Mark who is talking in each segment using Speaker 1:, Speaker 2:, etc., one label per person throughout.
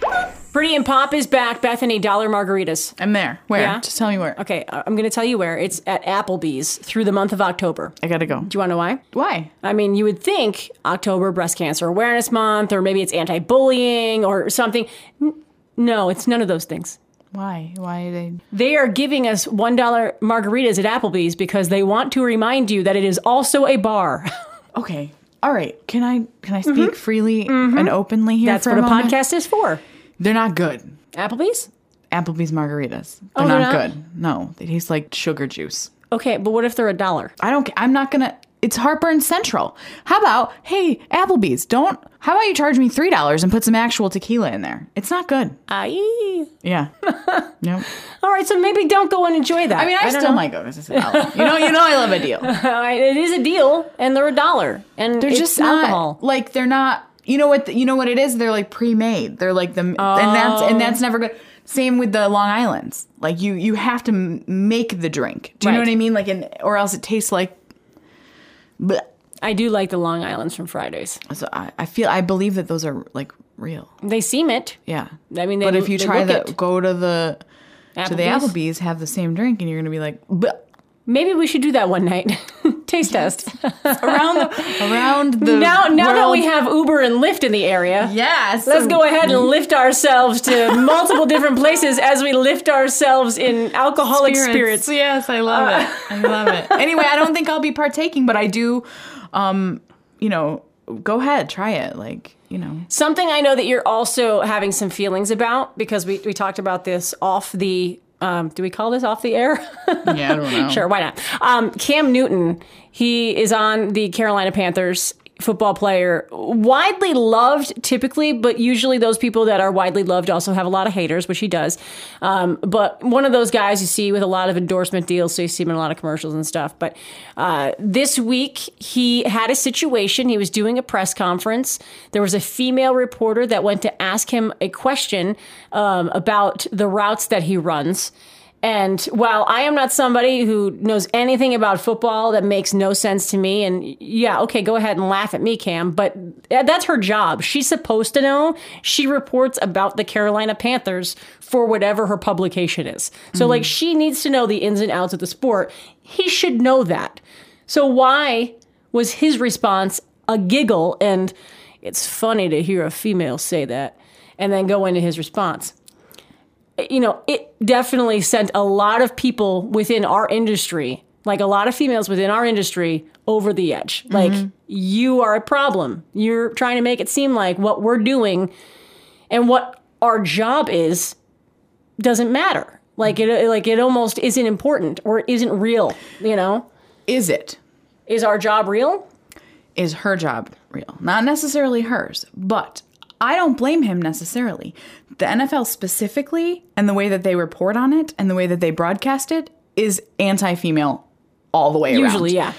Speaker 1: Party and Pop is back. Bethany, dollar margaritas.
Speaker 2: I'm there. Where?
Speaker 1: Yeah?
Speaker 2: Just tell me where.
Speaker 1: Okay, I- I'm going to tell you where. It's at Applebee's through the month of October.
Speaker 2: I gotta go.
Speaker 1: Do you want to know why?
Speaker 2: Why?
Speaker 1: I mean, you would think October Breast Cancer Awareness Month, or maybe it's anti bullying or something. N- No, it's none of those things.
Speaker 2: Why? Why are they?
Speaker 1: They are giving us $1 margaritas at Applebee's because they want to remind you that it is also a bar.
Speaker 2: Okay. All right. Can I can I speak freely and openly here?
Speaker 1: That's
Speaker 2: for
Speaker 1: what a
Speaker 2: moment?
Speaker 1: podcast is for.
Speaker 2: They're not good.
Speaker 1: Applebee's?
Speaker 2: Applebee's margaritas. They're
Speaker 1: Oh, they're
Speaker 2: not,
Speaker 1: not?
Speaker 2: good. No, they taste like sugar juice.
Speaker 1: Okay, but what if they're a dollar?
Speaker 2: I don't. ca- I'm not gonna. It's heartburn central. How about hey Applebee's? Don't. How about you charge me three dollars and put some actual tequila in there? It's not good.
Speaker 1: Aye.
Speaker 2: Yeah. Yep.
Speaker 1: All right, so maybe don't go and enjoy that.
Speaker 2: I mean, I,
Speaker 1: don't
Speaker 2: still
Speaker 1: know.
Speaker 2: might go because it's an hour. You know. You know. I love a deal.
Speaker 1: All right, it is a deal, and they're a dollar, and
Speaker 2: They're
Speaker 1: it's
Speaker 2: just not
Speaker 1: alcohol.
Speaker 2: like they're not. You know what? you know what it is. They're like pre-made. They're like the and that's and that's never good. Same with the Long Island's. Like you you have to m- make the drink. Do you know
Speaker 1: Right.
Speaker 2: what I mean? Like and or else it tastes like. Bleh.
Speaker 1: I do like the Long Island's from Fridays.
Speaker 2: So I, I feel I believe that those are like real.
Speaker 1: They seem it.
Speaker 2: Yeah.
Speaker 1: I mean, they,
Speaker 2: But if you
Speaker 1: they
Speaker 2: try
Speaker 1: look
Speaker 2: the
Speaker 1: it.
Speaker 2: go to the to the
Speaker 1: Applebee's.
Speaker 2: Applebee's have the same drink and you're gonna be like bleh.
Speaker 1: Maybe we should do that one night. Taste test.
Speaker 2: around the around the
Speaker 1: Now, now that we
Speaker 2: world.
Speaker 1: have Uber and Lyft in the area,
Speaker 2: yeah so-
Speaker 1: let's go ahead and lift ourselves to multiple different places as we lift ourselves in alcoholic spirits. Uh,
Speaker 2: Yes, I love it. I love it. Anyway, I don't think I'll be partaking, but I do. Um, you know, go ahead, try it. Like you know,
Speaker 1: Something I know that you're also having some feelings about because we we talked about this off the. Um, do we call this off the air?
Speaker 2: yeah, I don't know.
Speaker 1: Sure, why not? Um, Cam Newton, he is on the Carolina Panthers football player, widely loved typically, but usually those people that are widely loved also have a lot of haters, which he does. Um, but one of those guys you see with a lot of endorsement deals, so you see him in a lot of commercials and stuff. But uh, this week he had a situation. He was doing a press conference. There was a female reporter that went to ask him a question um, about the routes that he runs. And while I am not somebody who knows anything about football, that makes no sense to me. And yeah, okay, go ahead and laugh at me, Cam, but that's her job. She's supposed to know. She reports about the Carolina Panthers for whatever her publication is. So, like, she needs to know the ins and outs of the sport. He should know that. So, why was his response a giggle? And it's funny to hear a female say that and then go into his response you know, it definitely sent a lot of people within our industry, like a lot of females within our industry, over the edge. Like, you are a problem. You're trying to make it seem like what we're doing and what our job is doesn't matter. Like it, like it almost isn't important or it isn't real. You know,
Speaker 2: Is it
Speaker 1: is our job real?
Speaker 2: is her job real? Not necessarily hers, but I don't blame him necessarily. The NFL specifically, and the way that they report on it, and the way that they broadcast it, is anti-female all the way around.
Speaker 1: Usually, yeah.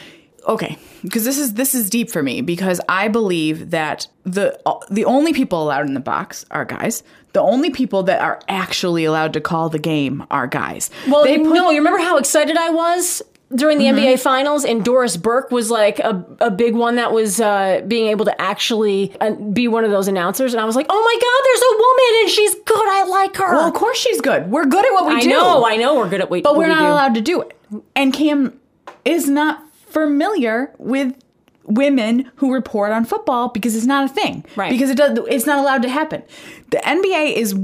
Speaker 2: okay because this is this is deep for me because i believe that the the only people allowed in the box are guys the only people that are actually allowed to call the game are guys
Speaker 1: Well,
Speaker 2: they put Mm-hmm.
Speaker 1: no, you remember how excited I was during the NBA Finals, and Doris Burke was like a, a big one that was uh, being able to actually uh, be one of those announcers, and I was like, oh my god, there's a woman, and she's good. I like her.
Speaker 2: well, of course she's good we're good at what we
Speaker 1: I
Speaker 2: do
Speaker 1: know, I know, we're good at we,
Speaker 2: but
Speaker 1: what
Speaker 2: we're
Speaker 1: we
Speaker 2: not
Speaker 1: do.
Speaker 2: allowed to do it and cam is not familiar with women who report on football because it's not a thing
Speaker 1: Right.
Speaker 2: because it does it's not allowed to happen the nba is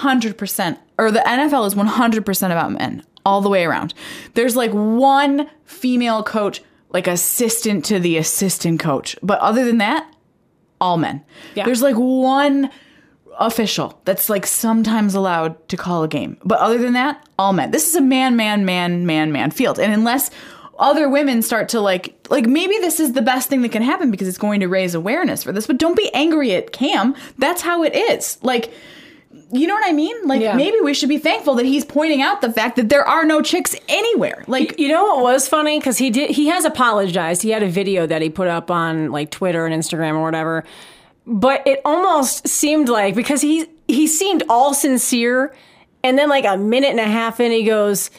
Speaker 2: 100% or the nfl is 100% about men all the way around there's like one female coach like assistant to the assistant coach but other than that all men
Speaker 1: Yeah.
Speaker 2: there's like one official that's like sometimes allowed to call a game. But other than that, all men. This is a man, man, man, man, man field. And unless other women start to like like maybe this is the best thing that can happen because it's going to raise awareness for this, but don't be angry at Cam. That's how it is. Like you know what I mean? Like
Speaker 1: Yeah.
Speaker 2: maybe we should be thankful that he's pointing out the fact that there are no chicks anywhere. Like
Speaker 1: You know what was funny because he did he has apologized. He had a video that he put up on like Twitter and Instagram or whatever, but it almost seemed like because he he seemed all sincere, and then like a minute and a half in, he goes,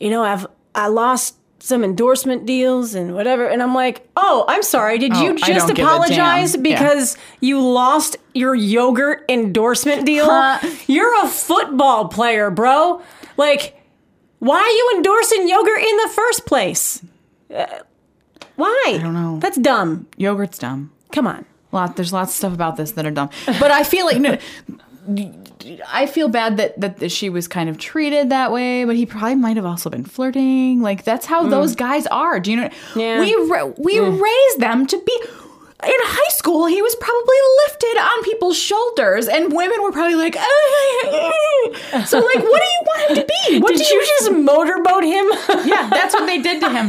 Speaker 1: you know, I've I lost some endorsement deals and whatever. And I'm like, oh, I'm sorry. Did
Speaker 2: Oh,
Speaker 1: you
Speaker 2: I
Speaker 1: just
Speaker 2: don't give a damn.
Speaker 1: apologize
Speaker 2: Yeah.
Speaker 1: because you lost your yogurt endorsement deal?
Speaker 2: Huh.
Speaker 1: You're a football player, bro. Like, why are you endorsing yogurt in the first place? Uh, why? I
Speaker 2: don't know.
Speaker 1: That's dumb.
Speaker 2: Yogurt's dumb.
Speaker 1: Come on.
Speaker 2: lot there's lots of stuff about this that are dumb but i feel like no i feel bad that that she was kind of treated that way but he probably might have also been flirting like that's how those guys are do you know
Speaker 1: Mm. Yeah.
Speaker 2: we ra- we raised them to be in high school he was probably lifted on people's shoulders and women were probably like so like what do you want him to be what
Speaker 1: Did
Speaker 2: do
Speaker 1: you, just motorboat him?
Speaker 2: yeah, that's what they did to him.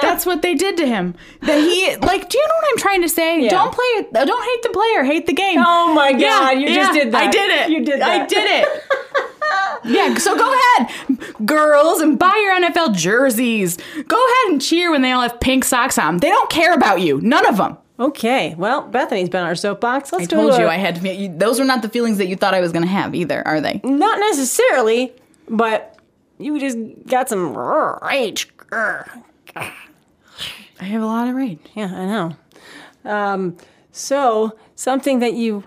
Speaker 2: that's what they did to him. That he like, do you know what I'm trying to say? Don't play uh, don't hate the player, hate the game.
Speaker 1: Oh my God, you just did that.
Speaker 2: I did it.
Speaker 1: You did
Speaker 2: I
Speaker 1: that.
Speaker 2: did it. yeah, so go ahead, girls, and buy your NFL jerseys. Go ahead and cheer when they all have pink socks on. They don't care about you. None of them.
Speaker 1: okay. Well, Bethany's been on our soapbox. Let's
Speaker 2: I
Speaker 1: do
Speaker 2: told
Speaker 1: a-
Speaker 2: you I had to. you- Those were not the feelings that you thought I was going to have either, are they?
Speaker 1: Not necessarily, but you just got some rage. Grr.
Speaker 2: I have a lot of rage.
Speaker 1: Yeah, I know. Um, so something that you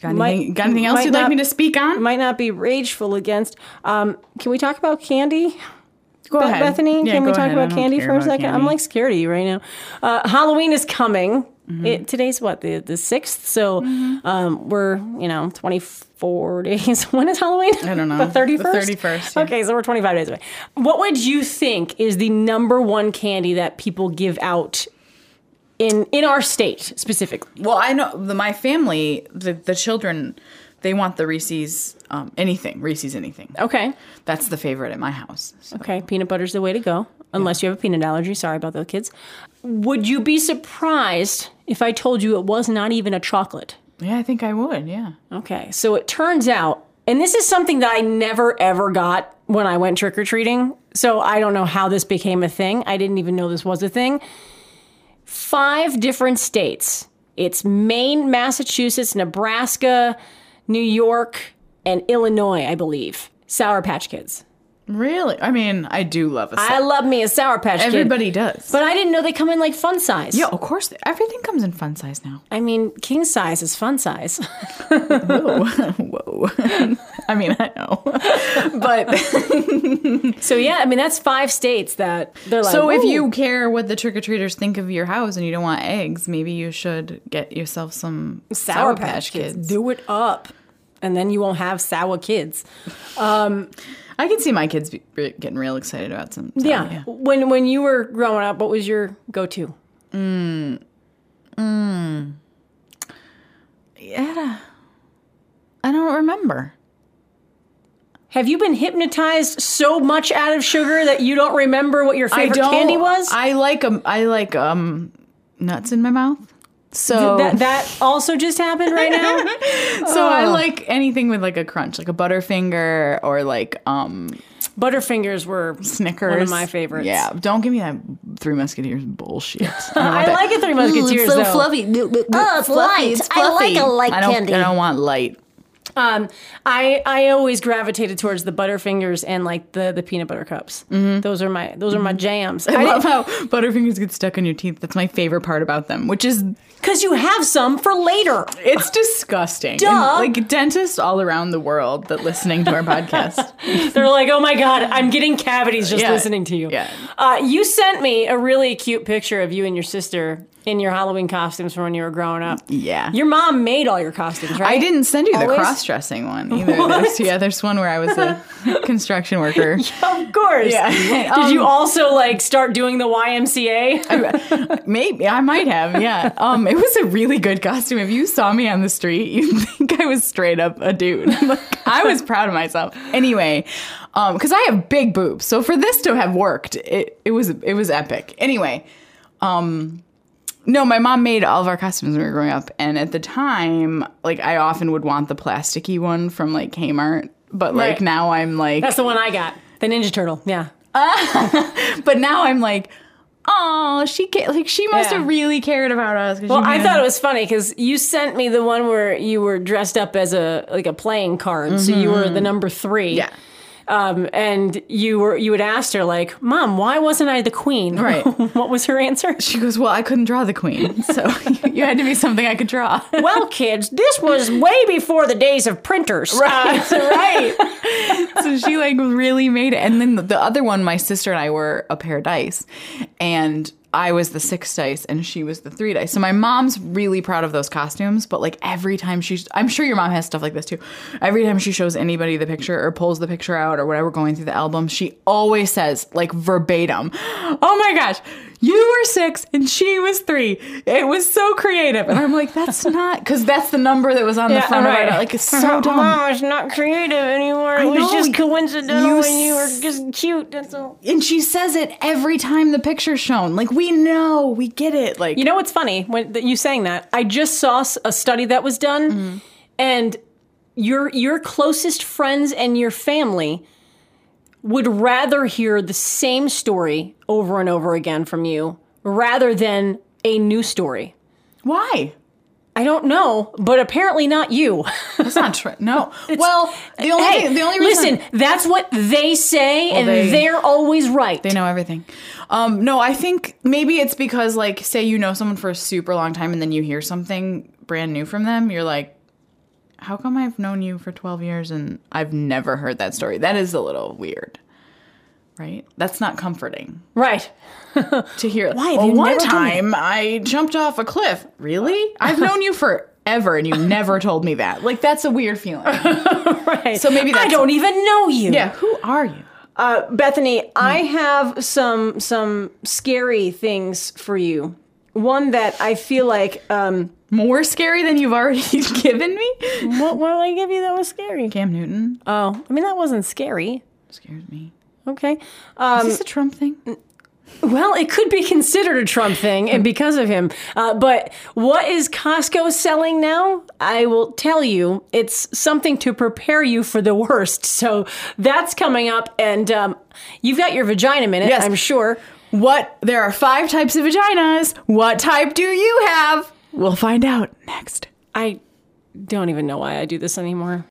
Speaker 2: Got
Speaker 1: Might-
Speaker 2: anything, got anything else
Speaker 1: might
Speaker 2: you'd like
Speaker 1: not-
Speaker 2: me to speak on?
Speaker 1: might not be rageful against. Um, can we talk about candy,
Speaker 2: Go
Speaker 1: Beth- Bethany?
Speaker 2: Yeah,
Speaker 1: can we
Speaker 2: go
Speaker 1: talk
Speaker 2: ahead. I
Speaker 1: about
Speaker 2: don't
Speaker 1: candy
Speaker 2: care
Speaker 1: for a
Speaker 2: about
Speaker 1: second? I'm
Speaker 2: candy.
Speaker 1: like scared of you right now. Uh, Halloween is coming.
Speaker 2: Mm-hmm.
Speaker 1: It, today's what the the sixth, so um, we're you know 24 days. when is Halloween?
Speaker 2: I don't know.
Speaker 1: The 31st?
Speaker 2: The 31st, yeah.
Speaker 1: Okay, so we're 25 days away. What would you think is the number one candy that people give out in in our state specifically?
Speaker 2: Well, I know the, my family, the, the children, they want the Reese's um, anything, Reese's anything.
Speaker 1: Okay.
Speaker 2: That's the favorite at my house. So-
Speaker 1: Okay, peanut butter's the way to go, unless you have a peanut allergy. Sorry about those kids. Would you be surprised if I told you it was not even a chocolate?
Speaker 2: yeah, I think I would. Yeah.
Speaker 1: Okay, so it turns out, and this is something that I never ever got when I went trick or treating. So I don't know how this became a thing. I didn't even know this was a thing. Five different states it's Maine, Massachusetts, Nebraska, New York, and Illinois, I believe. Sour Patch Kids.
Speaker 2: Really? I mean, I do love a
Speaker 1: I love me a Sour Patch Kid.
Speaker 2: Everybody does.
Speaker 1: But I didn't know they come in like fun size.
Speaker 2: yeah, of course. Everything comes in fun size now.
Speaker 1: I mean, king size is fun size.
Speaker 2: Whoa. I mean, I know. but
Speaker 1: so yeah, I mean that's five states that they're like.
Speaker 2: so if
Speaker 1: "Ooh."
Speaker 2: you care what the trick or treaters think of your house and you don't want eggs, maybe you should get yourself some Sour, Patch Kids.
Speaker 1: do it up, and then you won't have sour kids.
Speaker 2: I can see my kids be, re- getting real excited about some.
Speaker 1: Oh,
Speaker 2: Sour,
Speaker 1: Yeah. When when you were growing up, what was your go to?
Speaker 2: Yeah. I don't remember.
Speaker 1: Have you been hypnotized so much out of sugar that you don't remember what your favorite candy was?
Speaker 2: I like um I like um nuts in my mouth. So
Speaker 1: that that also just happened right now.
Speaker 2: so I
Speaker 1: oh.
Speaker 2: like anything with like a crunch, like a butterfinger or like um
Speaker 1: Butterfingers were
Speaker 2: Snickers.
Speaker 1: One of my favorites.
Speaker 2: Yeah, don't give me that Three Musketeers bullshit.
Speaker 1: I like a Three Musketeers though.
Speaker 2: Oh, it's
Speaker 3: light. I like a light
Speaker 2: I don't,
Speaker 3: candy.
Speaker 2: I don't want light.
Speaker 1: Um, I I always gravitated towards the Butterfingers and like the the peanut butter cups. Those are my those are my jams.
Speaker 2: Mm-hmm. I, love how Butterfingers get stuck in your teeth. That's my favorite part about them, which is
Speaker 1: because you have some for later.
Speaker 2: It's disgusting. And,
Speaker 1: Duh.
Speaker 2: like dentists all around the world that listening to our podcast.
Speaker 1: They're like, oh my god, I'm getting cavities just
Speaker 2: Yeah.
Speaker 1: listening to you.
Speaker 2: Yeah.
Speaker 1: Uh, you sent me a really cute picture of you and your sister in your Halloween costumes from when you were growing up.
Speaker 2: Yeah.
Speaker 1: Your mom made all your costumes, right?
Speaker 2: I didn't send you the
Speaker 1: Always?
Speaker 2: cross dressing one either. There's, yeah, there's one where I was a construction worker. Um,
Speaker 1: Of course.
Speaker 2: Yeah.
Speaker 1: Did you also like start doing the YMCA?
Speaker 2: Maybe I might have, yeah. Um, it was a really good costume. If you saw me on the street, you'd think I was straight up a dude. Like, I was proud of myself. Anyway, um, because I have big boobs, so for this to have worked, it it was it was epic. Anyway, um, no, my mom made all of our costumes when we were growing up, and at the time, like I often would want the plasticky one from like Kmart, but like
Speaker 1: Right.
Speaker 2: now I'm like
Speaker 1: That's the one I got. The Ninja Turtle. Yeah.
Speaker 2: but now I'm like, oh, she ca- like she must
Speaker 1: Yeah.
Speaker 2: have really cared about us.
Speaker 1: Well, I thought it was funny because you sent me the Mm-hmm. one where you were dressed up as a like a playing card, so you were the number three.
Speaker 2: Yeah.
Speaker 1: Um, and you were you had asked her like, "Mom, why wasn't I the queen?"
Speaker 2: Right.
Speaker 1: what was her answer?
Speaker 2: She goes, Well, I couldn't draw the queen. So you had to be something I could draw.
Speaker 1: well, kids, this was way before the days of printers. Right. right.
Speaker 2: so she like really made it. And then the, the other one, my sister and I were a pair of dice, and I was the six dice, and she was the three dice. So my mom's really proud of those costumes, but like every time she's, I'm sure your mom has stuff like this too. Every time she shows anybody the picture or pulls the picture out or whatever going through the album, she always says like verbatim, "Oh my gosh." You were six and she was three. It was so creative. And I'm like, that's not, because that's the number that was on the
Speaker 1: Yeah,
Speaker 2: front of
Speaker 1: right.
Speaker 2: it. Like, it's so dumb.
Speaker 1: Mom, it's not creative anymore. It was
Speaker 2: know,
Speaker 1: just coincidental,
Speaker 2: you
Speaker 1: and you were
Speaker 2: s-
Speaker 1: just cute. That's all.
Speaker 2: and she says it every time the picture's shown. Like we know, we get it. Like
Speaker 1: You know what's funny when that you saying that? I just saw s- a study that was done,
Speaker 2: Mm-hmm.
Speaker 1: and your your closest friends and your family would rather hear the same story over and over again from you rather than a new story.
Speaker 2: why?
Speaker 1: I don't know, but apparently not you.
Speaker 2: That's not true. No. well, the only
Speaker 1: hey,
Speaker 2: thing, the only reason
Speaker 1: listen, that's what they say, and
Speaker 2: they-
Speaker 1: they, are always right.
Speaker 2: They know everything. Um, no, I think maybe it's because like say you know someone for a super long time and then you hear something brand new from them, you're like, How come I've known you for twelve years and I've never heard that story? That is a little weird. Right? That's not comforting
Speaker 1: right.
Speaker 2: to hear.
Speaker 1: Why have
Speaker 2: well,
Speaker 1: you
Speaker 2: one
Speaker 1: never told me
Speaker 2: time I jumped off a cliff. Really? I've known you forever and you never told me that. Like that's a weird feeling.
Speaker 1: Right.
Speaker 2: So maybe
Speaker 1: I
Speaker 2: that's-
Speaker 1: don't even know you.
Speaker 2: Yeah, who are you?
Speaker 1: Uh, Bethany, I have some some scary things for you. One that I feel like um,
Speaker 2: More scary than you've already given me?
Speaker 1: what what did I give you that was scary?
Speaker 2: Cam Newton
Speaker 1: Oh, I mean that wasn't scary.
Speaker 2: scares me.
Speaker 1: Okay. Um,
Speaker 2: Is this a Trump thing?
Speaker 1: Well, it could be considered a Trump thing, and because of him. Uh, but what is Costco selling now? I will tell you, it's something to prepare you for the worst. So that's coming up, and um, you've got your vagina minute,
Speaker 2: Yes.
Speaker 1: I'm sure.
Speaker 2: What? There are five types of vaginas. What type do you have? We'll find out next.
Speaker 1: I don't even know why I do this anymore.